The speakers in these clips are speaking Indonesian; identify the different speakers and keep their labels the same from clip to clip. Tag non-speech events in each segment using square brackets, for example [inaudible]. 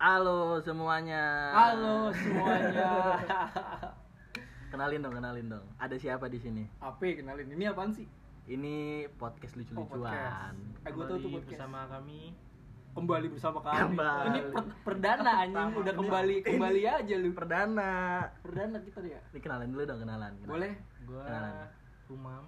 Speaker 1: Halo semuanya.
Speaker 2: Halo [laughs] semuanya.
Speaker 1: Kenalin dong, kenalin dong. Ada siapa di sini?
Speaker 2: Apa ya kenalin? Ini apaan sih?
Speaker 1: Ini podcast
Speaker 2: Oh, podcast.
Speaker 1: lucu-lucuan.
Speaker 2: Eh, gua tahu tuh podcast.
Speaker 3: bersama kami
Speaker 2: Kembali bersama kami.
Speaker 1: Kembali.
Speaker 2: Ini per- perdana anjing
Speaker 3: Pertama.
Speaker 2: udah kembali kembali aja lu.
Speaker 1: Perdana.
Speaker 2: Perdana kita ya.
Speaker 1: Ini kenalan dulu dong, kenalan. kenalan.
Speaker 2: Boleh.
Speaker 3: gua
Speaker 1: Kenalan.
Speaker 3: Humam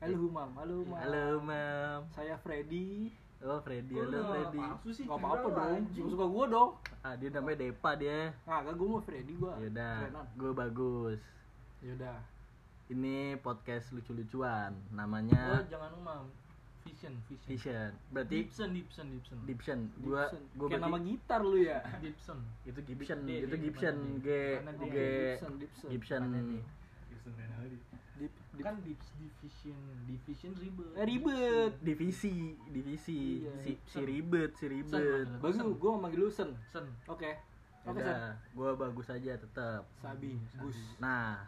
Speaker 2: Halo Humam, halo Humam.
Speaker 1: Halo, Mam.
Speaker 2: Saya Freddy.
Speaker 1: Oh, Freddy. Halo, Freddy.
Speaker 2: Gak apa-apa dong. Suka suka gue dong.
Speaker 1: Ah, dia namanya Depa dia.
Speaker 2: Nah, gak gue mau Freddy gue.
Speaker 1: Yaudah,
Speaker 2: Kerenan.
Speaker 1: gue bagus.
Speaker 2: Yaudah.
Speaker 1: Ini podcast lucu-lucuan.
Speaker 3: gua
Speaker 1: Namanya
Speaker 3: jangan Humam Vision Vision
Speaker 1: Iya. Vision. Berarti
Speaker 3: Dipson Dipson Dipson
Speaker 1: Diption. Gua
Speaker 2: Gibson.
Speaker 1: gua
Speaker 2: Kayak nama
Speaker 1: berarti
Speaker 2: gitar lu ya.
Speaker 3: Dipson
Speaker 1: itu Gibson,
Speaker 3: D,
Speaker 1: itu
Speaker 3: D,
Speaker 1: Gibson
Speaker 3: mana D?
Speaker 1: G
Speaker 3: Mana D?
Speaker 1: G
Speaker 2: Gibson, Gibson.
Speaker 1: Gibson.
Speaker 3: Mana D?
Speaker 2: Dip, dip.
Speaker 3: kan Dips Division Division ribet
Speaker 2: Eh, ribet.
Speaker 1: divisi divisi
Speaker 2: Iya.
Speaker 1: si, si ribet si ribet
Speaker 3: Sama.
Speaker 2: Bagus, gue manggil lu Sen.
Speaker 3: Sen
Speaker 2: Oke. Oke, Sen.
Speaker 1: udah gue bagus aja tetap
Speaker 2: Sabi, Gus.
Speaker 1: nah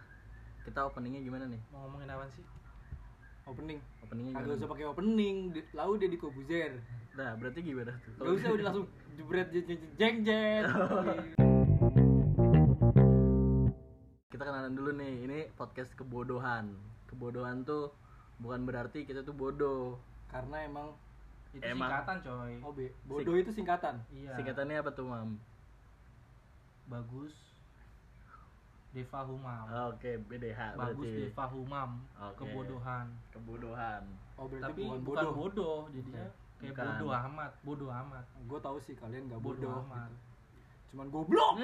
Speaker 1: kita openingnya gimana nih
Speaker 3: mau ngomongin apa sih
Speaker 2: Opening.
Speaker 1: openingnya
Speaker 2: Kagak
Speaker 1: gimana
Speaker 2: usah pakai opening, di- lau dia di Kobuzer.
Speaker 1: nah berarti gimana tuh
Speaker 2: Gak usah udah langsung jebret jeng jeng jeng jeng.
Speaker 3: [laughs]
Speaker 1: kita kenalan dulu nih ini podcast kebodohan kebodohan tuh bukan berarti kita tuh bodoh
Speaker 2: Karena emang
Speaker 3: itu
Speaker 1: Emang. Oh,
Speaker 3: singkatan coy
Speaker 2: OB bodoh itu singkatan.
Speaker 3: iya
Speaker 1: singkatannya apa tuh mam
Speaker 3: bagus Deva Humam
Speaker 1: Oh, oke BDH
Speaker 3: bagus
Speaker 1: berarti
Speaker 3: Deva Humam
Speaker 1: Oke.
Speaker 3: kebodohan
Speaker 1: kebodohan
Speaker 2: Oh berarti
Speaker 3: tapi
Speaker 2: bukan
Speaker 3: bukan
Speaker 2: bodoh.
Speaker 3: bodoh, jadinya kayak
Speaker 1: Bukan.
Speaker 3: bodoh amat bodoh amat
Speaker 2: Gue tahu sih kalian gak
Speaker 3: bodoh
Speaker 2: bodoh. gitu.
Speaker 3: amat
Speaker 2: Cuman
Speaker 3: [laughs]
Speaker 2: goblok.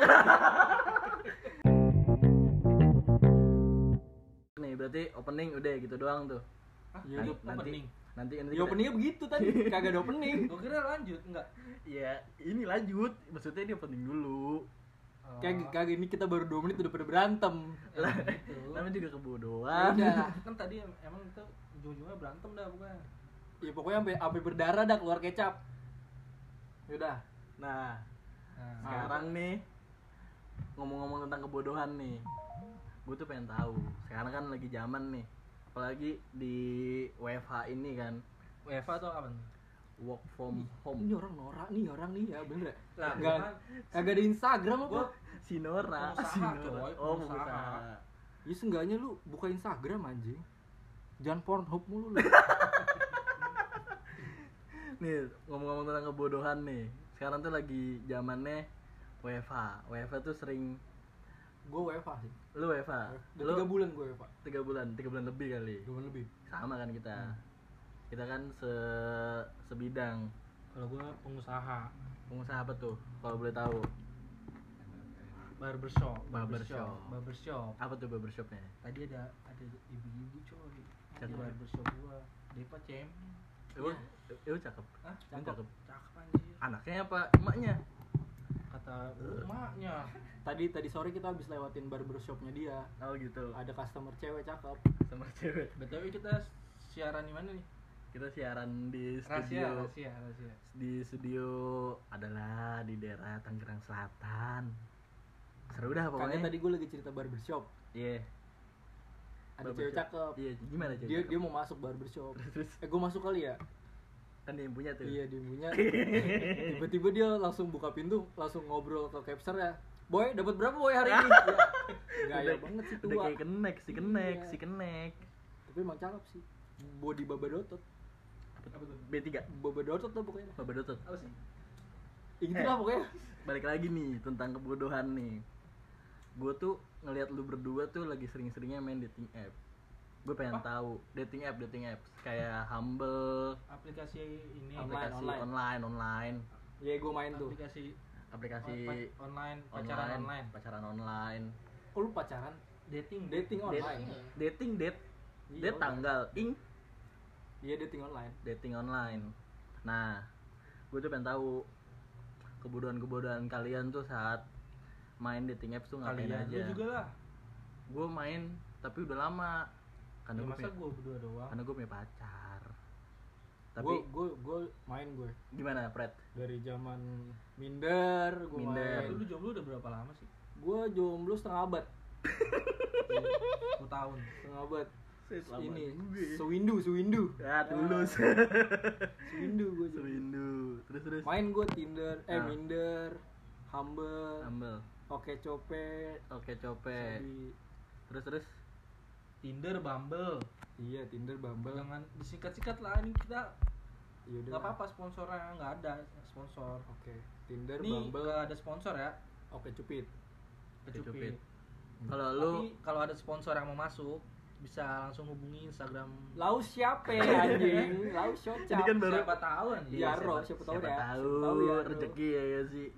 Speaker 1: nih berarti opening udah gitu doang tuh
Speaker 2: Ya udah.
Speaker 1: Nanti-
Speaker 3: opening
Speaker 1: nanti nanti
Speaker 2: Ya
Speaker 1: kita-
Speaker 2: openingnya begitu tadi, kagak ada opening.
Speaker 3: gue kira lanjut enggak
Speaker 1: ya ini lanjut maksudnya ini opening dulu
Speaker 3: Oh.
Speaker 2: Kayak gitu. kagak ini kita baru 2 menit udah pada berantem.
Speaker 1: lah
Speaker 3: Gitu.
Speaker 1: namanya juga kebodohan
Speaker 2: Udah.
Speaker 3: kan tadi em- emang kita ujung-ujungnya berantem dah bukan
Speaker 2: Ya pokoknya sampai sampai berdarah dah keluar kecap. Ya Yaudah.
Speaker 1: nah
Speaker 3: nah,
Speaker 1: sekarang nih ngomong-ngomong tentang kebodohan nih gue tuh pengen tahu sekarang kan lagi zaman nih apalagi di WFH ini kan
Speaker 3: UEFA atau apa nih
Speaker 1: work from home
Speaker 2: Oh, Ini orang norak nih orang nih ya bener ya.
Speaker 3: lah
Speaker 2: Nggak. Kagak ada Instagram
Speaker 3: gue
Speaker 2: apa?
Speaker 1: Sinora
Speaker 3: Pengusaha,
Speaker 1: Sinora
Speaker 3: coy,
Speaker 1: oh
Speaker 3: pengusaha.
Speaker 1: pengusaha
Speaker 2: Ya seenggaknya lu buka Instagram anjing. Jangan Pornhub mulu lu.
Speaker 1: nih ngomong-ngomong tentang kebodohan nih sekarang tuh lagi zamannya WFH WFH tuh sering
Speaker 2: gue WFA sih.
Speaker 1: lu WFH
Speaker 2: Udah tiga
Speaker 1: Nah, lu
Speaker 2: bulan gue WFA.
Speaker 1: tiga bulan tiga bulan lebih kali
Speaker 2: Dua bulan lebih.
Speaker 1: sama kan kita kita kan se sebidang
Speaker 3: kalau gue pengusaha
Speaker 1: pengusaha apa tuh kalau boleh tahu
Speaker 3: barbershop
Speaker 1: Barbershop.
Speaker 3: barbershop
Speaker 1: apa tuh barbershopnya
Speaker 3: tadi ada ada ibu-ibu coy di
Speaker 1: Cakep.
Speaker 3: barbershop gue Depa champion
Speaker 1: Emang emang Iya, cakep
Speaker 3: Hah?
Speaker 1: Emang
Speaker 2: Cakep.
Speaker 1: cakep
Speaker 3: cakep anjir
Speaker 1: anaknya apa emaknya
Speaker 3: kata emaknya
Speaker 2: Tadi tadi sore kita habis lewatin barbershopnya dia.
Speaker 1: oh gitu
Speaker 2: Ada customer cewek cakep.
Speaker 1: sama cewek
Speaker 3: btw kita siaran di mana nih
Speaker 1: kita siaran di
Speaker 3: rahasia
Speaker 1: studio
Speaker 3: rahasia rahasia
Speaker 1: di studio adalah di daerah Tangerang Selatan seru dah
Speaker 2: Karena
Speaker 1: pokoknya
Speaker 2: tadi gue lagi cerita barbershop.
Speaker 1: iya
Speaker 2: Ada
Speaker 1: Barbershop.
Speaker 2: cewek cakep.
Speaker 1: iya gimana cewek
Speaker 2: Dia
Speaker 1: cakep?
Speaker 2: dia mau masuk barbershop.
Speaker 1: [laughs] terus
Speaker 2: Eh gue masuk kali ya?
Speaker 1: kan dia yang punya tuh
Speaker 2: Iya dia
Speaker 1: [laughs]
Speaker 2: punya. Tiba-tiba dia langsung buka pintu, langsung ngobrol ke capser ya. Boy, dapat berapa boy hari
Speaker 1: [laughs]
Speaker 2: ini? ya, gaya
Speaker 1: Udah-
Speaker 2: banget sih
Speaker 1: udah
Speaker 2: tua.
Speaker 1: kayak kenek si kenek
Speaker 2: Iya.
Speaker 1: si kenek
Speaker 2: Tapi emang cakep sih. Body babadotot.
Speaker 3: apa tuh
Speaker 1: B3
Speaker 2: Babadotot lah pokoknya.
Speaker 1: Babadotot
Speaker 3: apa sih
Speaker 2: Gitu
Speaker 1: Eh.
Speaker 2: lah pokoknya.
Speaker 1: balik lagi nih tentang kebodohan nih gue tuh ngelihat lu berdua tuh lagi sering-seringnya main dating app gue pengen tahu dating app dating apps kayak humble
Speaker 3: aplikasi ini
Speaker 2: Online,
Speaker 1: aplikasi
Speaker 2: online.
Speaker 1: online online,
Speaker 2: Ya gue main tuh.
Speaker 3: aplikasi
Speaker 1: aplikasi
Speaker 3: pa- online Oh, pacaran
Speaker 1: online,
Speaker 3: online
Speaker 1: pacaran online
Speaker 2: Oh lu pacaran?
Speaker 3: dating
Speaker 2: Dating online.
Speaker 1: dating dating date
Speaker 2: Iya,
Speaker 1: date
Speaker 2: online.
Speaker 1: tanggal ing
Speaker 2: Iya dating online.
Speaker 1: dating online nah gue tuh pengen tahu kebodohan-kebodohan kalian tuh saat main dating apps tuh ngapain
Speaker 3: kalian
Speaker 1: aja
Speaker 3: ya, lu juga lah
Speaker 1: gue main tapi udah lama karena
Speaker 3: ya,
Speaker 1: gue
Speaker 3: masa gue berdua doang
Speaker 1: karena gue punya pacar tapi
Speaker 2: Tapi gue gue main gue
Speaker 1: gimana Fred
Speaker 2: dari zaman minder gue
Speaker 1: Minder.
Speaker 2: main.
Speaker 3: lu jomblo udah berapa lama sih
Speaker 2: Gue jomblo setengah abad,
Speaker 3: 10 tahun
Speaker 2: setengah abad.
Speaker 1: Selamat
Speaker 2: Ini
Speaker 1: gue.
Speaker 2: sewindu, sewindu.
Speaker 1: ah tulus [laughs]
Speaker 2: Sewindu gue.
Speaker 1: serindu terus terus
Speaker 2: Main gue Tinder, eh
Speaker 1: Nah.
Speaker 2: Minder, humble,
Speaker 1: humble
Speaker 2: oke copet,
Speaker 1: oke copet
Speaker 2: Sabi.
Speaker 1: terus terus
Speaker 3: Tinder, Bumble.
Speaker 2: iya Tinder, Bumble,
Speaker 3: Jangan disingkat-singkat lah ini kita
Speaker 2: yaudah,
Speaker 3: nggak apa-apa sponsornya nggak ada sponsor.
Speaker 2: oke Tinder,
Speaker 3: Ini
Speaker 2: Bumble,
Speaker 3: nggak ada sponsor ya.
Speaker 2: oke cupid,
Speaker 1: Kecupit.
Speaker 3: Kecupit.
Speaker 1: kalau lu
Speaker 3: Tapi kalau ada sponsor yang mau masuk bisa langsung hubungi Instagram.
Speaker 2: lau siapa ya, anjing, lau
Speaker 1: Ini kan
Speaker 2: siapa,
Speaker 1: baru-
Speaker 3: siapa tahu kan?
Speaker 2: Iya,
Speaker 1: siapa-
Speaker 2: Ro, siapa tahu ya.
Speaker 1: tahu,
Speaker 2: Siapa tahu ya, Ro.
Speaker 1: rezeki ya, ya sih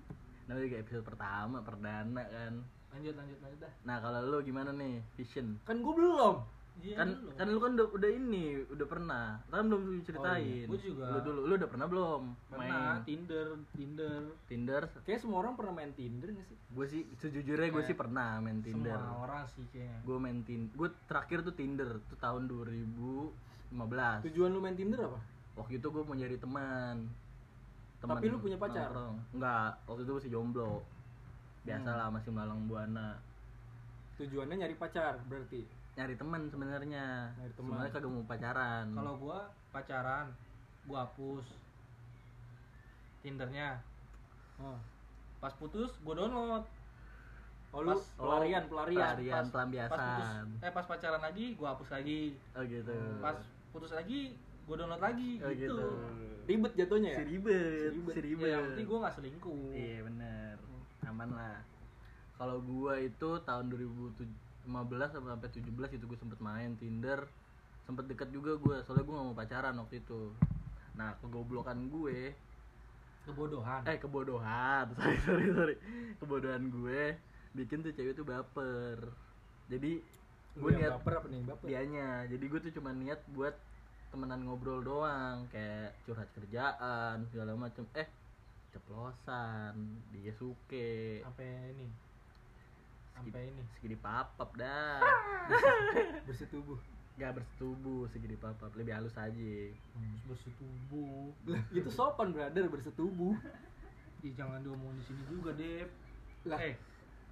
Speaker 1: namanya juga episode pertama perdana kan
Speaker 3: Lanjut lanjut lanjut dah.
Speaker 1: nah kalau lu gimana nih vision
Speaker 2: kan gue belum,
Speaker 3: Iya,
Speaker 1: kan
Speaker 3: dulu.
Speaker 1: kan lu kan udah, udah ini udah pernah kan belum lu ceritain
Speaker 3: Oh, iya. Gua juga.
Speaker 1: lu dulu lu udah pernah belum
Speaker 3: pernah
Speaker 1: main
Speaker 3: Tinder Tinder
Speaker 1: Tinder
Speaker 2: kayak semua orang pernah main Tinder gak sih?
Speaker 1: gue sih sejujurnya gue
Speaker 3: Kayak
Speaker 1: sih pernah main Tinder
Speaker 3: Iya. semua orang sih kayaknya.
Speaker 1: gue main Tinder gue terakhir tuh Tinder tuh tahun 2015
Speaker 2: Tujuan lu main Tinder apa?
Speaker 1: waktu itu gue mau nyari teman
Speaker 2: Tapi lu punya pacar?
Speaker 1: nongkrong. enggak waktu itu masih jomblo biasalah
Speaker 2: Hmm.
Speaker 1: masih melalang buana
Speaker 2: Tujuannya nyari pacar berarti.
Speaker 1: nyari teman sebenarnya
Speaker 2: Nyari teman.
Speaker 1: sebenarnya kagak mau pacaran
Speaker 3: Kalau gua pacaran, gua hapus Tindernya.
Speaker 2: Oh,
Speaker 1: Ah.
Speaker 3: Pas putus gua download.
Speaker 2: oh lu
Speaker 3: Pas-
Speaker 2: pelarian,
Speaker 1: pelarian
Speaker 2: pelarian, Pas-
Speaker 3: Pas putus
Speaker 1: pelampiasan
Speaker 3: eh pas pacaran lagi gua hapus lagi.
Speaker 1: oh gitu
Speaker 2: Hmm.
Speaker 3: Pas putus lagi gua download lagi
Speaker 1: Oh,
Speaker 3: gitu.
Speaker 1: gitu.
Speaker 2: ribet jatuhnya ya?
Speaker 1: si ribet
Speaker 2: Si ribet.
Speaker 1: si
Speaker 3: Ya,
Speaker 1: ribet
Speaker 3: yang penting gua nggak selingkuh.
Speaker 1: iya bener aman lah kalau gua itu tahun 2015 sampai sampai 17 itu gua sempet main Tinder sempet deket juga gua soalnya gua gak mau pacaran waktu itu nah kegoblokan gue
Speaker 3: Kebodohan.
Speaker 1: eh kebodohan [laughs] sorry sorry sorry kebodohan gue bikin tuh cewek tuh baper jadi
Speaker 2: Lu
Speaker 1: gue
Speaker 2: yang
Speaker 1: niat Iya.
Speaker 2: baper apa nih? Baper.
Speaker 1: dianya jadi gue tuh cuma niat buat temenan ngobrol doang kayak curhat kerjaan segala macem eh ceplosan dia suke
Speaker 3: Sampai ini. Sampai ini.
Speaker 1: segini papap dah
Speaker 2: [laughs] Bersetubuh.
Speaker 1: gak bersetubuh segini papap lebih halus aja
Speaker 3: Terus bersetubuh.
Speaker 2: Lah, itu sopan brother bersetubuh.
Speaker 3: Ih, jangan diomongin di sini juga, Dep.
Speaker 2: Lah,
Speaker 3: eh,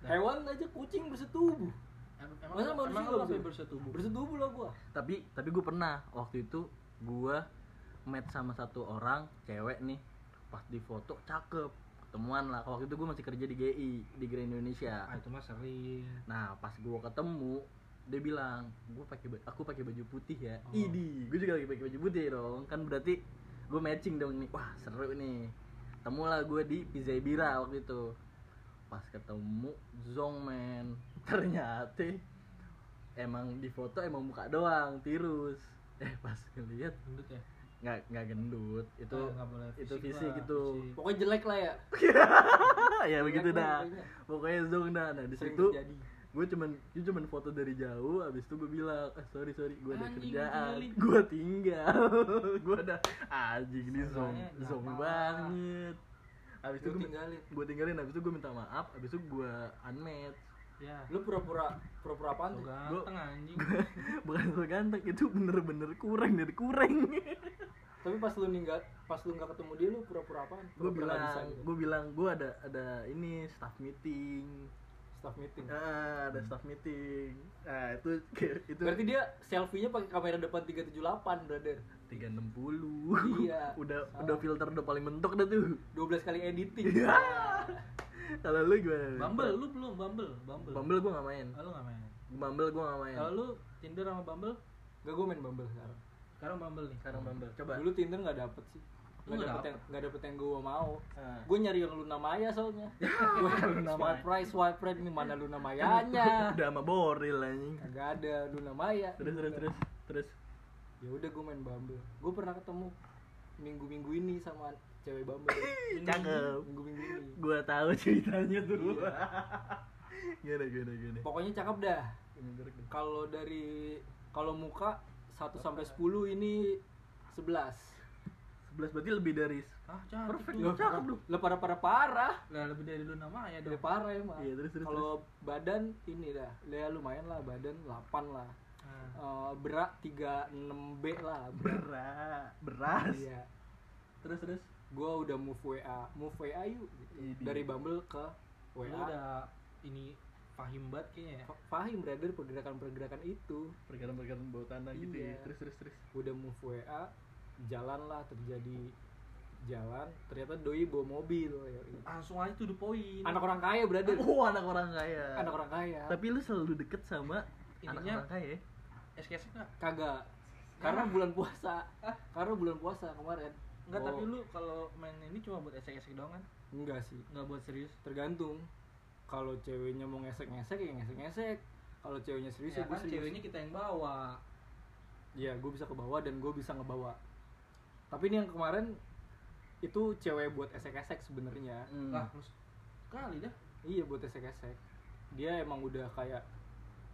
Speaker 1: nah.
Speaker 2: hewan aja kucing bersetubuh.
Speaker 3: em-
Speaker 2: Masa manusia
Speaker 3: emang emang
Speaker 2: nggak
Speaker 3: lu sampai
Speaker 2: bisa?
Speaker 3: bersetubuh?
Speaker 2: Bersetubuh lah gua.
Speaker 1: tapi tapi gue pernah waktu itu gue match sama satu orang cewek nih pas di foto cakep ketemuan lah waktu itu gue masih kerja di GI di Grand Indonesia
Speaker 3: Ah, itu mah sering.
Speaker 1: Nah pas gua ketemu dia bilang gue pakai ba- aku pakai baju putih ya.
Speaker 3: Oh.
Speaker 1: Idi, gue juga lagi pakai baju putih dong. Kan berarti gue matching dong nih. Wah seru nih. Temulah gue di Pizza Bira waktu itu. Pas ketemu Zong men, [laughs] ternyata emang di foto emang muka doang tirus. Eh pas ngeliat
Speaker 3: Gendut ya.
Speaker 1: nggak nggak gendut itu
Speaker 3: Ah, nggak boleh
Speaker 1: itu
Speaker 3: fisik
Speaker 1: fisik
Speaker 3: lah,
Speaker 1: gitu.
Speaker 3: fisik.
Speaker 2: Pokoknya jelek lah ya.
Speaker 1: [laughs] ya begitu
Speaker 2: Jelek lah
Speaker 1: dah.
Speaker 2: pokoknya.
Speaker 1: Pokoknya Zong dah. Nah di
Speaker 2: Sering
Speaker 3: ya,
Speaker 1: situ
Speaker 2: terjadi.
Speaker 1: gue cuman gue cuman foto dari jauh abis itu gue bilang eh sorry sorry gue ada
Speaker 3: Anjing,
Speaker 1: kerjaan
Speaker 3: tinggalin.
Speaker 1: [laughs] gue tinggal gue ada anjing ini zoom
Speaker 3: Seenggaknya nggak
Speaker 1: zoom
Speaker 3: apa-apa.
Speaker 1: banget abis itu
Speaker 2: Lu
Speaker 1: gue
Speaker 2: tinggalin.
Speaker 1: gue tinggalin abis itu gue minta maaf abis itu gue unmatch
Speaker 3: Ya.
Speaker 2: Lu pura-pura pura-pura apaan
Speaker 3: Lu
Speaker 2: tuh?
Speaker 3: ganteng anjing.
Speaker 1: [laughs] bukan soal ganteng itu bener-bener kurang dari
Speaker 2: [laughs]
Speaker 1: kurang
Speaker 2: Tapi pas lu ninggal, pas lu nggak ketemu dia lu pura-pura apaan?
Speaker 1: gue
Speaker 2: Pura-pura nggak
Speaker 1: bilang
Speaker 2: bisa gitu.
Speaker 1: gue bilang gue ada ada ini staff meeting
Speaker 2: staff meeting.
Speaker 1: ah, ada staff meeting ah itu itu
Speaker 2: Hmm. Berarti dia selfie-nya pakai kamera depan 378, brother.
Speaker 1: 360
Speaker 2: Iya.
Speaker 1: [laughs] udah
Speaker 2: Salah.
Speaker 1: udah filter udah paling mentok dah tuh
Speaker 2: 12 kali editing.
Speaker 1: Iya. Kalau lu gimana? nih?
Speaker 3: Bumble lu belum Bumble, Bumble.
Speaker 1: Bumble gua gak main.
Speaker 3: Ah, lu nggak main.
Speaker 1: Bumble gua gak main.
Speaker 3: Kalau lu Tinder sama Bumble,
Speaker 2: Gak gue main Bumble sekarang.
Speaker 3: sekarang Bumble nih.
Speaker 1: sekarang Bumble coba.
Speaker 2: Dulu Tinder gak dapet sih.
Speaker 3: Lu
Speaker 2: Gak
Speaker 3: nggak
Speaker 2: dapet
Speaker 3: dapet?
Speaker 2: yang gak dapet yang gue mau.
Speaker 1: Ah.
Speaker 2: Gue nyari yang Luna Maya soalnya. Gue
Speaker 1: [laughs] Luna
Speaker 2: swipe
Speaker 1: Maya.
Speaker 2: right, swipe right nih mana Luna Mayanya.
Speaker 1: [laughs] Udah sama Boril anjing.
Speaker 2: Kagak ada Luna Maya.
Speaker 1: Terus terus terus terus.
Speaker 2: Ya udah gue main Bumble. Gue pernah ketemu minggu-minggu ini sama cewek Bumble.
Speaker 1: [laughs] Cakep.
Speaker 2: Minggu-minggu ini.
Speaker 1: Gua tahu ceritanya tuh. gimana gimana gimana.
Speaker 2: Pokoknya cakep dah. Kalau dari kalau muka 1 sampai 10 ini 11.
Speaker 1: 11 berarti lebih dari
Speaker 3: Ah, jangan.
Speaker 1: Perfect.
Speaker 3: Lu.
Speaker 2: Lu
Speaker 1: Cakep lu.
Speaker 2: Lu parah parah parah.
Speaker 3: Lah, lebih dari lu nama ya,
Speaker 2: Udah
Speaker 3: Dok.
Speaker 2: parah emang.
Speaker 1: Iya, terus, terus,
Speaker 2: Kalau badan ini dah, ya lumayan lah badan 8 lah.
Speaker 3: Ah,
Speaker 2: Eh, berat 36B lah.
Speaker 1: beras. Beras.
Speaker 2: Iya.
Speaker 1: Terus terus.
Speaker 2: Gua udah move WA, move WA yuk gitu.
Speaker 1: Ini.
Speaker 2: Dari Bumble ke
Speaker 3: Lu
Speaker 2: WA.
Speaker 3: udah ini pahim banget kayaknya ya.
Speaker 2: Fa- Fahim brother pergerakan-pergerakan itu.
Speaker 1: Perkara-perkara bawah tanah gitu ya.
Speaker 2: Iya.
Speaker 1: Terus terus terus.
Speaker 2: Udah move WA, jalan lah terjadi jalan ternyata doi bawa mobil yoi.
Speaker 3: langsung aja to the point
Speaker 2: anak orang kaya brother
Speaker 1: Oh, anak orang kaya.
Speaker 2: anak orang kaya
Speaker 1: Tapi lu selalu deket sama
Speaker 3: Ininya-
Speaker 1: anak orang kaya. ya?
Speaker 3: SKS enggak
Speaker 2: kagak karena bulan puasa karena bulan puasa kemarin
Speaker 3: enggak
Speaker 2: Oh,
Speaker 3: tapi lu kalau main ini cuma buat SKS doang kan
Speaker 2: enggak sih
Speaker 3: enggak buat serius
Speaker 2: tergantung kalau ceweknya mau ngesek-ngesek ya ngesek-ngesek kalau ceweknya serius ya
Speaker 3: ya
Speaker 2: gue
Speaker 3: kan
Speaker 2: serius
Speaker 3: ceweknya kita yang bawa
Speaker 2: Iya, gue bisa ke bawah dan gue bisa ngebawa. Tapi ini yang kemarin itu cewek buat esek-esek sebenarnya.
Speaker 1: Hmm.
Speaker 3: lah terus kali dah
Speaker 2: Iya, buat esek-esek. Dia emang udah kayak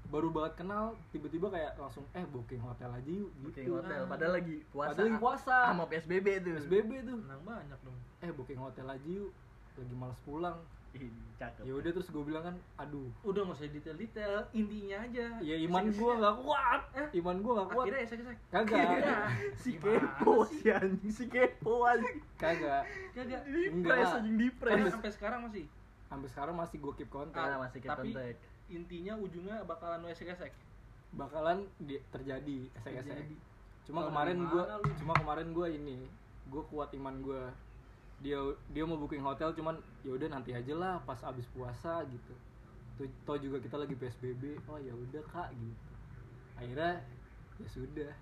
Speaker 2: baru banget kenal, tiba-tiba kayak langsung eh booking hotel aja yuk
Speaker 1: Booking
Speaker 2: gitu.
Speaker 1: hotel, padahal lagi puasa.
Speaker 2: Padahal lagi puasa.
Speaker 1: Sama PSBB tuh.
Speaker 2: SBB tuh.
Speaker 3: menang banyak dong
Speaker 2: Eh booking hotel aja yuk. Lagi males pulang.
Speaker 1: Ih, Cakep.
Speaker 2: Ya udah terus gue bilang kan, aduh.
Speaker 3: udah nggak usah detail-detail intinya aja
Speaker 2: Ya iman gue nggak kuat.
Speaker 3: iya Eh?
Speaker 2: Iman gue nggak kuat.
Speaker 3: akhirnya SKS
Speaker 2: Kagak,
Speaker 1: [laughs] Si
Speaker 3: Gimana
Speaker 1: kepo si anjing, si kepo anjing.
Speaker 2: kagak.
Speaker 3: kagak
Speaker 1: Dipres anjing
Speaker 2: Kan
Speaker 1: dipres.
Speaker 3: Karena Iya, sampai sekarang masih
Speaker 2: Sampai sekarang masih gue keep kontak.
Speaker 3: Ah.
Speaker 1: Karena masih keep
Speaker 3: Tapi-
Speaker 1: kontak.
Speaker 3: intinya ujungnya bakalan no esek-esek
Speaker 2: bakalan di, terjadi esek-esek.
Speaker 3: Terjadi.
Speaker 2: Cuma
Speaker 3: Kalau
Speaker 2: kemarin
Speaker 3: dari
Speaker 2: gua
Speaker 3: mana lu?
Speaker 2: cuma kemarin gua ini, gua kuat iman gua. Dia dia mau booking hotel cuman ya udah nanti aja lah pas abis puasa gitu. Tuh toh juga kita lagi PSBB. Oh ya udah Kak gitu. Akhirnya ya sudah.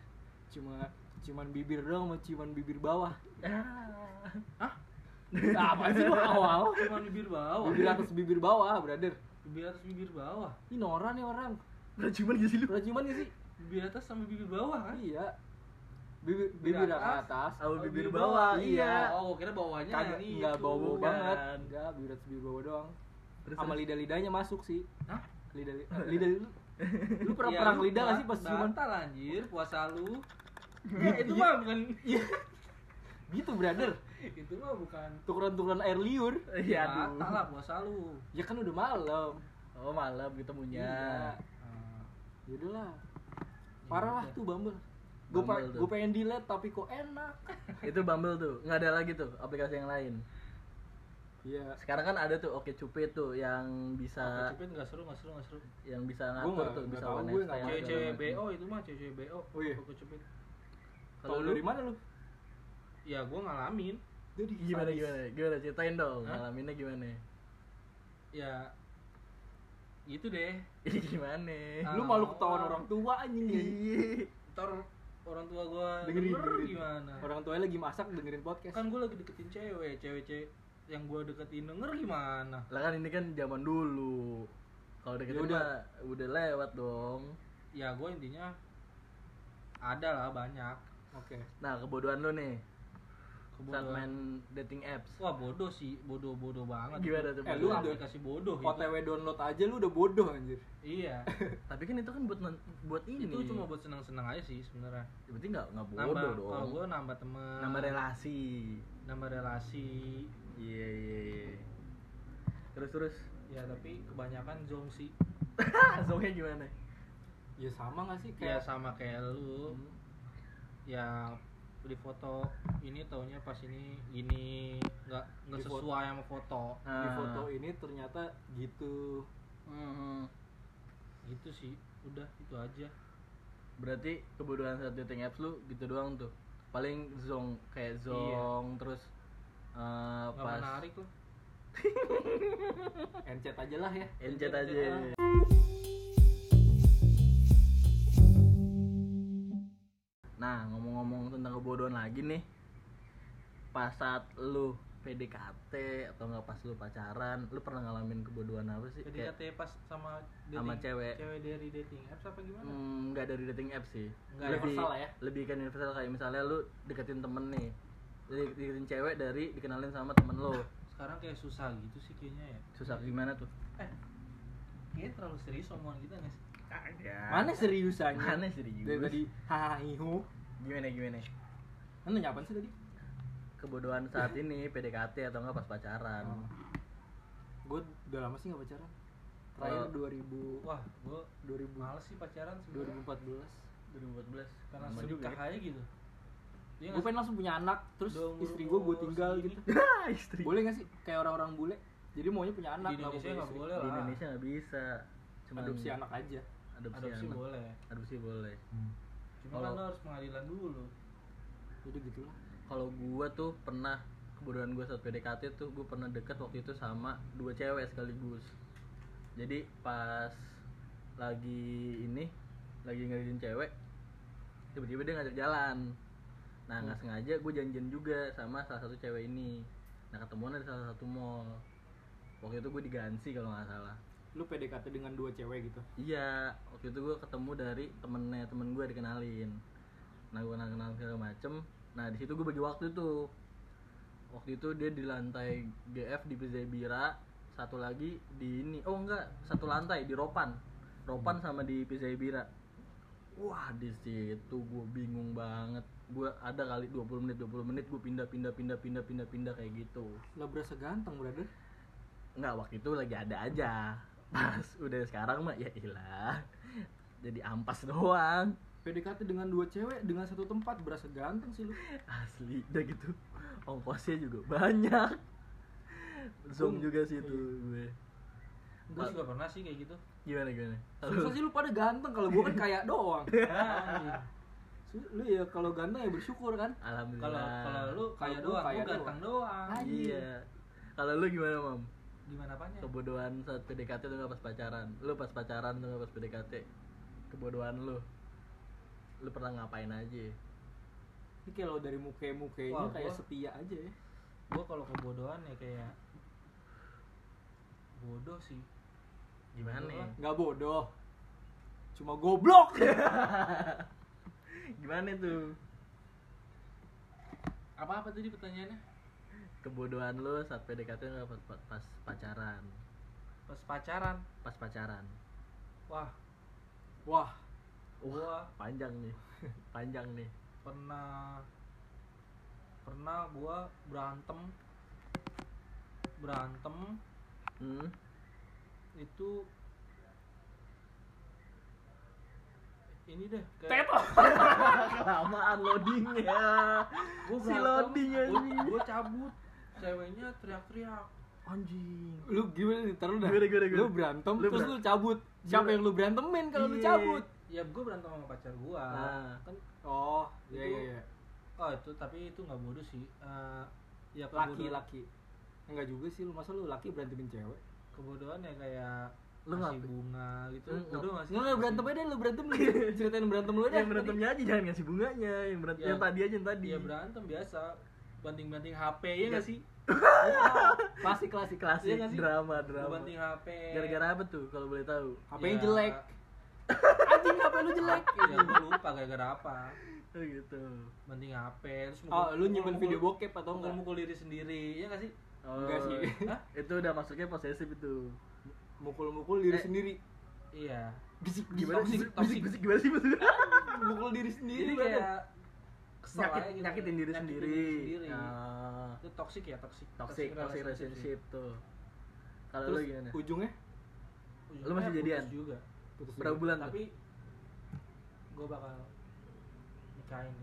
Speaker 2: Cuma cuman bibir doang sama cuman bibir bawah.
Speaker 3: Hah?
Speaker 2: Nah, apa sih gua awal?
Speaker 3: cuma bibir bawah
Speaker 2: Bibir atas bibir bawah, brother.
Speaker 3: bibir atas bibir bawah
Speaker 2: Ini norak nih orang.
Speaker 1: Nah, cuman gak sih lu?
Speaker 2: Rajuman gak sih?
Speaker 3: bibir atas sama bibir bawah kan
Speaker 2: Iya. Bibir, bibir
Speaker 3: atas.
Speaker 2: atas.
Speaker 1: Sama bibir
Speaker 3: bibir
Speaker 1: bawah,
Speaker 2: bawah,
Speaker 1: iya.
Speaker 3: oh gua kira bawahnya
Speaker 2: kagak gitu.
Speaker 3: ini
Speaker 2: nggak
Speaker 3: itu.
Speaker 2: bau bau
Speaker 1: bukan.
Speaker 2: banget nggak birat sebi bau doang
Speaker 1: Terus,
Speaker 2: sama lidah lidahnya masuk sih
Speaker 3: Hah?
Speaker 2: lidah li- eh, lidah lu lu pernah
Speaker 3: Ya,
Speaker 2: perang
Speaker 3: lu
Speaker 2: lidah nggak sih
Speaker 3: ba-
Speaker 2: pas Iya. ciuman
Speaker 3: batal anjir puasa lu ya, itu mah bukan
Speaker 2: Iya. gitu brother
Speaker 3: itu mah bukan
Speaker 2: tukeran tukeran air liur
Speaker 1: [laughs] Iya, aduh.
Speaker 3: batal lah puasa lu
Speaker 2: ya kan udah malam
Speaker 1: Oh, malam ketemunya.
Speaker 3: Nah,
Speaker 2: ya udahlah parah lah
Speaker 3: Iya, udah.
Speaker 2: tuh bumble gue
Speaker 1: Bumble tuh.
Speaker 2: gue pengen delete tapi kok enak
Speaker 1: Itu Bumble tuh. Nggak ada lagi tuh aplikasi yang lain.
Speaker 2: Iya,
Speaker 1: Sekarang kan ada tuh Oke Cupid tuh yang
Speaker 3: Apa
Speaker 1: bisa
Speaker 3: cupid nggak seru nggak seru nggak seru
Speaker 2: Iya,
Speaker 1: yang bisa ngatur
Speaker 2: nggak-
Speaker 1: tuh,
Speaker 2: nggak
Speaker 1: bisa
Speaker 2: tahu,
Speaker 1: one night
Speaker 2: gue nggak
Speaker 1: stand,
Speaker 2: tahu.
Speaker 1: segala
Speaker 3: cewek-cewek
Speaker 1: macam.
Speaker 3: BO itu mah cewek-cewek BO
Speaker 2: Oh iya.
Speaker 3: Aku cupid
Speaker 1: Kalau
Speaker 2: kalau
Speaker 1: lu
Speaker 2: dari mana lu?
Speaker 3: ya gua ngalamin
Speaker 2: Jadi
Speaker 1: gimana
Speaker 2: sadis.
Speaker 1: gimana? Gimana ceritain dong
Speaker 3: Hah?
Speaker 1: ngalaminnya gimana? [laughs]
Speaker 3: ya gitu deh
Speaker 1: Ih, gimana?
Speaker 2: Lu malu ketahuan orang tua anjing. ya.
Speaker 1: Iya.
Speaker 3: ntar orang tua gua
Speaker 2: Dengerin,
Speaker 3: denger
Speaker 2: dengerin.
Speaker 3: gimana
Speaker 2: Orang tuanya lagi masak dengerin podcast.
Speaker 3: kan gua lagi deketin cewek cewek cewek yang gua deketin denger gimana
Speaker 1: Lah kan ini kan zaman dulu. Kalau deketin
Speaker 2: Yaudah.
Speaker 1: mah udah lewat dong.
Speaker 3: ya gua intinya ada lah banyak
Speaker 2: Oke.
Speaker 1: Nah, kebodohan lu nih saat
Speaker 3: Kebodohan.
Speaker 1: main dating apps.
Speaker 3: wah bodoh sih bodoh bodoh banget
Speaker 1: Gimana tuh?
Speaker 2: Eh,
Speaker 3: eh,
Speaker 2: lu
Speaker 3: lu
Speaker 1: bodoh?
Speaker 2: udah-
Speaker 3: aplikasi bodoh itu.
Speaker 2: OTW download aja lu udah bodoh anjir.
Speaker 3: iya
Speaker 1: Tapi kan itu kan buat non- buat [laughs] ini.
Speaker 3: itu cuma buat senang senang aja sih sebenarnya
Speaker 1: berarti nggak nggak bodoh
Speaker 3: nambah kalau
Speaker 1: dong.
Speaker 3: gua nambah teman
Speaker 1: Nama relasi.
Speaker 3: nambah relasi
Speaker 1: Iya iya iya. Terus
Speaker 3: [laughs]
Speaker 1: terus.
Speaker 3: ya tapi kebanyakan zong sih
Speaker 1: Zongnya gimana?
Speaker 2: Ya sama gak sih
Speaker 3: ya
Speaker 2: kayak Hmm.
Speaker 3: sama kayak lu ya di foto ini taunya pas ini gini nggak nggak
Speaker 2: Di foto.
Speaker 3: sesuai sama foto
Speaker 2: di
Speaker 1: Ah.
Speaker 2: foto ini ternyata gitu.
Speaker 1: Mhm.
Speaker 3: gitu sih udah itu aja
Speaker 1: Berarti kebodohan saat dating apps lu gitu doang tuh. Paling zong kayak
Speaker 3: Iya.
Speaker 1: zong terus eh,
Speaker 3: nggak
Speaker 1: pas
Speaker 3: menarik loh
Speaker 2: Encet aja lah ya.
Speaker 1: encet aja. Nah, ngomong-ngomong tentang kebodohan lagi nih. Pas saat lu PDKT atau nggak pas lu pacaran, lu pernah ngalamin kebodohan apa sih?
Speaker 3: jadi
Speaker 1: Kayak,
Speaker 3: katanya pas sama dating,
Speaker 1: Sama cewek.
Speaker 3: cewek dari dating apps apa gimana
Speaker 1: mm, nggak dari dating apps sih.
Speaker 3: Nggak
Speaker 1: lebih
Speaker 2: universal lah ya.
Speaker 1: lebih kan universal kayak misalnya lu deketin temen nih. Jadi deketin cewek dari dikenalin sama temen lo.
Speaker 3: sekarang kayak susah gitu sih kayaknya ya
Speaker 1: Susah gimana tuh?
Speaker 3: kayak terlalu serius omongan kita nggak sih Nah.
Speaker 1: Kagak.
Speaker 2: Mana seriusannya?
Speaker 1: Mana serius?
Speaker 2: Dari tadi hahaha ihu.
Speaker 1: Gimana gimana?
Speaker 2: Kan lu nyapan sih tadi?
Speaker 1: Kebodohan saat ini PDKT atau nggak pas pacaran.
Speaker 2: Oh. Gue udah lama sih gak pacaran. Terakhir
Speaker 3: Eh.
Speaker 1: Oh.
Speaker 2: 2000
Speaker 3: wah gue
Speaker 2: 2000
Speaker 3: males sih pacaran sebenarnya
Speaker 2: 2014.
Speaker 1: 2014
Speaker 3: karena
Speaker 1: Lama
Speaker 3: langsung
Speaker 1: juga
Speaker 3: nikah aja gitu Iya nggak
Speaker 2: Gue ya. pengen langsung punya anak, terus
Speaker 3: Udah umur-
Speaker 2: istri gue gue tinggal
Speaker 3: segini.
Speaker 2: gitu.
Speaker 1: ya. istri
Speaker 2: Boleh gak sih kayak orang-orang bule? Jadi maunya punya anak
Speaker 3: Di
Speaker 2: nggak mau
Speaker 3: Indonesia
Speaker 2: punya
Speaker 3: nggak
Speaker 2: istri.
Speaker 3: boleh
Speaker 1: di
Speaker 3: lah.
Speaker 1: Indonesia nggak bisa cuma
Speaker 2: Adopsi anak aja.
Speaker 1: adopsi,
Speaker 3: Adopsi
Speaker 1: anak.
Speaker 3: boleh.
Speaker 1: adopsi boleh
Speaker 3: Cuma kan
Speaker 1: Kalau-
Speaker 3: lo harus pengadilan dulu.
Speaker 2: Jadi gitu gitulah.
Speaker 1: kalau gua tuh pernah kebodohan gua saat PDKT tuh gua pernah deket waktu itu sama dua cewek sekaligus jadi pas lagi ini lagi ngerjain cewek tiba-tiba dia ngajak jalan nah nggak sengaja gue janjian juga sama salah satu cewek ini nah ketemuan di salah satu mall waktu itu gue digansi kalau nggak salah
Speaker 2: lu PDKT dengan dua cewek gitu
Speaker 1: Iya, waktu itu gue ketemu dari temennya temen gue dikenalin. Nah gue kenal kenal segala macem. Nah di situ gue bagi waktu tuh. Waktu itu dia di lantai GF di PZ Bira, satu lagi di ini. Oh enggak, satu lantai di Ropan. Ropan sama di PZ Bira. Wah di situ gue bingung banget. Gue ada kali 20 menit 20 menit gue pindah pindah pindah pindah pindah pindah kayak gitu.
Speaker 2: lah berasa ganteng brother
Speaker 1: Enggak, waktu itu lagi ada aja. Pas udah sekarang mah ya ilah. Jadi ampas doang.
Speaker 2: PDKT dengan dua cewek dengan satu tempat berasa ganteng sih lu
Speaker 1: Asli, udah gitu. Ongkosnya juga banyak.
Speaker 3: Oh,
Speaker 1: Zoom
Speaker 3: iya.
Speaker 1: juga sih itu gue.
Speaker 3: Gue juga pernah sih kayak [laughs] gitu.
Speaker 1: Gimana gimana?
Speaker 2: susah sih lu pada ganteng kalau gua kan kayak doang Su- lu ya kalau ganteng ya bersyukur kan
Speaker 1: Alhamdulillah.
Speaker 3: Kalau Iya. kalau lu kaya
Speaker 2: Kalau gua
Speaker 3: doang,
Speaker 2: kaya
Speaker 3: gua ganteng doang.
Speaker 1: iya. Kalau lu gimana,
Speaker 3: Eh.
Speaker 1: Mam?
Speaker 3: Gimana apanya?
Speaker 1: Kebodohan saat PDKT tuh gak pas pacaran. Lu pas pacaran tuh gak pas PDKT. Kebodohan lu. Lu pernah ngapain aja?
Speaker 2: ini kalau dari muka mukanya
Speaker 3: Wah,
Speaker 2: kayak
Speaker 3: gua-
Speaker 2: setia aja ya
Speaker 3: Gua kalau kebodohan ya kayak bodoh sih.
Speaker 1: Gimana? ya?
Speaker 3: Bodoh lah.
Speaker 2: nggak bodoh cuma goblok
Speaker 1: Gimana tuh?
Speaker 3: Apa-apa tadi pertanyaannya?
Speaker 1: kebodohan lo saat PDKT nggak pas, pas, pas pacaran
Speaker 3: Pas pacaran.
Speaker 1: pas pacaran
Speaker 3: Wah,
Speaker 2: wah
Speaker 3: gua
Speaker 1: panjang nih panjang nih
Speaker 3: pernah pernah gua berantem berantem
Speaker 1: hmm?
Speaker 3: itu ini deh kayak
Speaker 2: tetot
Speaker 1: kelamaan loadingnya
Speaker 3: gua
Speaker 1: si loading
Speaker 3: gua,
Speaker 1: anjing.
Speaker 3: gua cabut ceweknya teriak-teriak
Speaker 1: anjing
Speaker 2: lu gimana nih Ntar lu dah
Speaker 1: Gimana, gimana, gimana?
Speaker 2: lu berantem
Speaker 1: Lu
Speaker 2: terus
Speaker 1: beran-
Speaker 2: lu cabut siapa
Speaker 1: Gimana?
Speaker 2: yang lu berantemin kalau lu
Speaker 1: Iya.
Speaker 2: cabut
Speaker 3: ya gua berantem sama pacar gua
Speaker 1: Ah.
Speaker 3: kan
Speaker 2: oh iya
Speaker 3: Itu
Speaker 2: iya iya
Speaker 3: oh itu tapi itu nggak bodoh sih Eh, ya
Speaker 2: laki
Speaker 3: kebodohan-
Speaker 2: laki enggak juga sih lu masa lu laki berantemin cewek
Speaker 3: kebodohan ya kayak
Speaker 1: Lu
Speaker 3: ngasih
Speaker 1: ngapain?
Speaker 3: bunga gitu
Speaker 1: Lu
Speaker 3: bodoh nggak sih
Speaker 2: Nggak, nggak berantem aja deh, lu berantem lu ceritain berantem lu aja.
Speaker 1: yang berantemnya aja jangan ngasih bunganya yang berantem
Speaker 3: Ya.
Speaker 1: yang tadi aja yang tadi
Speaker 3: dia berantem biasa banting-banting HP ya nggak sih
Speaker 2: Klasik klasik klasik.
Speaker 1: klasik
Speaker 3: Iya nggak sih?
Speaker 1: drama
Speaker 3: Lu
Speaker 1: drama
Speaker 3: banting HP
Speaker 1: gara-gara apa tuh kalau boleh tahu
Speaker 2: HP yang
Speaker 3: Ya.
Speaker 2: jelek. Anjing HP lu jelek.
Speaker 3: ya gua lupa gara-gara apa
Speaker 1: oh, gitu
Speaker 3: banting HP terus
Speaker 2: Oh, lu nyimpen
Speaker 3: mukul-
Speaker 2: video bokep atau
Speaker 3: mukul
Speaker 2: enggak?
Speaker 3: mukul diri sendiri ya nggak sih
Speaker 1: oh,
Speaker 2: Enggak sih.
Speaker 3: Hah?
Speaker 1: itu udah masuknya posesif itu
Speaker 2: Mukul-mukul diri
Speaker 1: Eh.
Speaker 2: sendiri.
Speaker 3: iya
Speaker 2: Bisik
Speaker 1: gimana sih
Speaker 3: Toxic,
Speaker 1: bisik
Speaker 3: toxic.
Speaker 1: bisik gimana sih maksudnya
Speaker 2: mukul diri
Speaker 3: jadi
Speaker 2: sendiri
Speaker 3: kayak kesel
Speaker 1: Nyakit-
Speaker 3: aja gitu.
Speaker 1: nyakitin diri
Speaker 3: Nyakitin
Speaker 1: sendiri,
Speaker 3: sendiri.
Speaker 1: Ah.
Speaker 3: itu toxic ya toxic
Speaker 1: toxic toxic
Speaker 3: sih.
Speaker 1: relationship tuh kalau lu
Speaker 2: Terus
Speaker 1: gimana
Speaker 2: ujungnya
Speaker 3: Ujungnya
Speaker 1: Lu masih
Speaker 3: putus
Speaker 1: jadian?
Speaker 3: juga
Speaker 2: putus.
Speaker 1: berapa bulan tuh?
Speaker 3: tapi gue bakal nikahin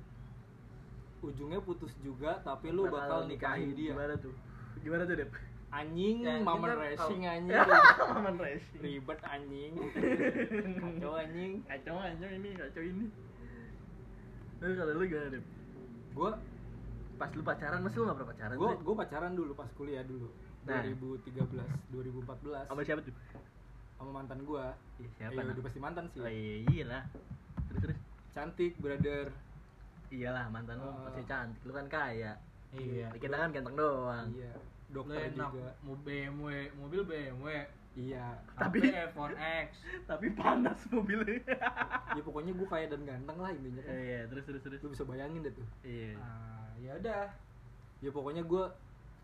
Speaker 2: Ujungnya putus juga tapi lu
Speaker 1: Bakal
Speaker 2: bakal nikahin dia.
Speaker 1: gimana tuh gimana tuh dep
Speaker 2: Anjing,
Speaker 3: Ya,
Speaker 2: maman
Speaker 3: ntar
Speaker 1: [laughs]
Speaker 2: racing anjing.
Speaker 1: aman racing
Speaker 2: Ribet
Speaker 1: [laughs]
Speaker 2: anjing. Kacau anjing.
Speaker 1: kacau aja ini kacau ini terus kalau lu gimana dep
Speaker 2: Gua
Speaker 1: pas lu pacaran masih lu gak pernah pacaran
Speaker 2: gua
Speaker 1: sih
Speaker 2: gua pacaran dulu pas kuliah dulu.
Speaker 1: Nah.
Speaker 2: 2013, 2014
Speaker 1: sama siapa tuh
Speaker 2: sama mantan gua.
Speaker 1: Ih,
Speaker 2: Ya,
Speaker 1: siapa nah?
Speaker 2: udah pasti mantan sih.
Speaker 1: oh iya iyalah terus terus
Speaker 2: Cantik, brother.
Speaker 1: iyalah mantan lu
Speaker 2: Oh.
Speaker 1: pasti cantik lu kan kaya
Speaker 3: iya
Speaker 1: kita kan ganteng doang
Speaker 2: Iya.
Speaker 3: Lu
Speaker 2: Dokter
Speaker 3: enak
Speaker 2: juga.
Speaker 3: mau BMW mobil BMW
Speaker 2: Iya.
Speaker 1: Tapi-
Speaker 3: tapi iPhone
Speaker 1: [laughs]
Speaker 3: X
Speaker 1: tapi panas mobilnya
Speaker 2: Ya pokoknya gue kaya dan ganteng lah intinya kan.
Speaker 1: iya terus terus terus
Speaker 2: Lu bisa bayangin deh tuh.
Speaker 1: iya
Speaker 3: ah ya udah
Speaker 2: Ya pokoknya gue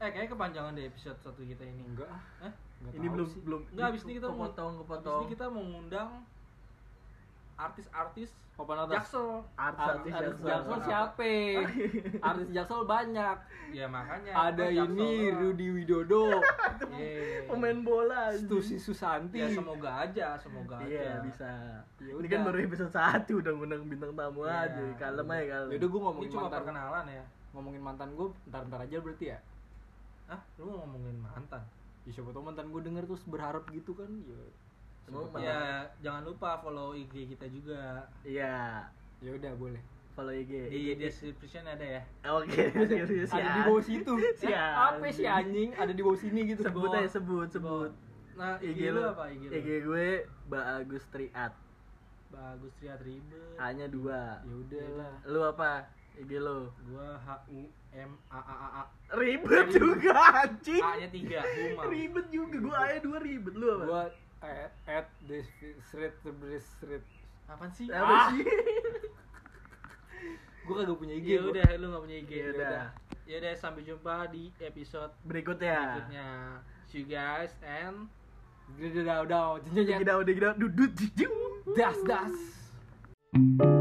Speaker 3: eh kayaknya kepanjangan deh episode satu kita ini
Speaker 2: enggak ah.
Speaker 3: Hah?
Speaker 2: Enggak
Speaker 1: ini
Speaker 2: tahu
Speaker 1: belum
Speaker 2: sih.
Speaker 1: belum
Speaker 3: Nggak, abis ini kita mau-
Speaker 1: kepotong
Speaker 3: Habis
Speaker 1: kepotong
Speaker 3: ini kita mengundang artis-artis
Speaker 2: Papan atas.
Speaker 3: Jaksel.
Speaker 1: Artis-
Speaker 2: Artis,
Speaker 1: artis
Speaker 2: Jaksel
Speaker 1: Jaksel. [laughs]
Speaker 2: siapa? artis Jaksel banyak.
Speaker 3: Ya makanya.
Speaker 1: Eh,
Speaker 2: Ada
Speaker 3: Jaksel
Speaker 2: ini
Speaker 3: lah.
Speaker 2: Rudy
Speaker 1: [laughs]
Speaker 2: Widodo,
Speaker 3: Yeay.
Speaker 1: pemain bola anjing.
Speaker 2: Stusi Susanti.
Speaker 3: Ya semoga aja, semoga
Speaker 1: Iya
Speaker 3: aja.
Speaker 1: bisa.
Speaker 2: Ya
Speaker 1: Ini kan
Speaker 2: udah.
Speaker 1: baru episode satu udah ngundang bintang tamu
Speaker 3: Iya.
Speaker 1: aja. Kalem aja kalem.
Speaker 2: Yaudah gue
Speaker 3: Ini
Speaker 2: Ya ngomongin
Speaker 3: cuma
Speaker 2: mantan
Speaker 3: perkenalan ya.
Speaker 2: ngomongin mantan gue ntar-ntar aja berarti ya.
Speaker 3: Hah, lu mau ngomongin mantan?
Speaker 2: Ya siapa tau mantan gue denger terus berharap gitu kan. Ya
Speaker 1: Semua
Speaker 2: siapa
Speaker 1: mantan.
Speaker 2: tahu.
Speaker 3: Ya, jangan lupa follow IG kita juga.
Speaker 1: Iya. [laughs]
Speaker 2: Ya udah boleh.
Speaker 1: follow IG
Speaker 3: di description ada ya
Speaker 1: oke [laughs] serius
Speaker 2: ada di
Speaker 1: ya
Speaker 2: bawah situ
Speaker 1: Si
Speaker 2: apa
Speaker 1: anjing.
Speaker 2: sih anjing ada di bawah sini gitu
Speaker 1: sebut
Speaker 2: bawah.
Speaker 1: aja sebut sebut
Speaker 3: nah IG,
Speaker 1: IG
Speaker 3: lu
Speaker 1: lu.
Speaker 3: apa IG lu
Speaker 1: IG gue Bagus Triat
Speaker 3: bagus Triat Ribet
Speaker 1: A nya dua
Speaker 2: ya udahlah
Speaker 1: lu apa IG lu
Speaker 3: gua H U M A A A A
Speaker 1: ribet juga anjing
Speaker 3: A nya tiga Huma
Speaker 1: ribet juga gue A nya dua ribet lu apa
Speaker 2: gua at, at the street the street
Speaker 3: apaan sih
Speaker 1: apa
Speaker 3: ah
Speaker 1: sih [laughs]
Speaker 2: gua kagak punya IG
Speaker 3: ya
Speaker 2: gua.
Speaker 3: udah lu gak punya IG
Speaker 1: Ya udah.
Speaker 3: ya udah sampai jumpa di episode
Speaker 1: berikutnya
Speaker 3: berikutnya see you guys and
Speaker 2: udah udah udah udah
Speaker 1: digidau digidau dudut jijung
Speaker 2: das das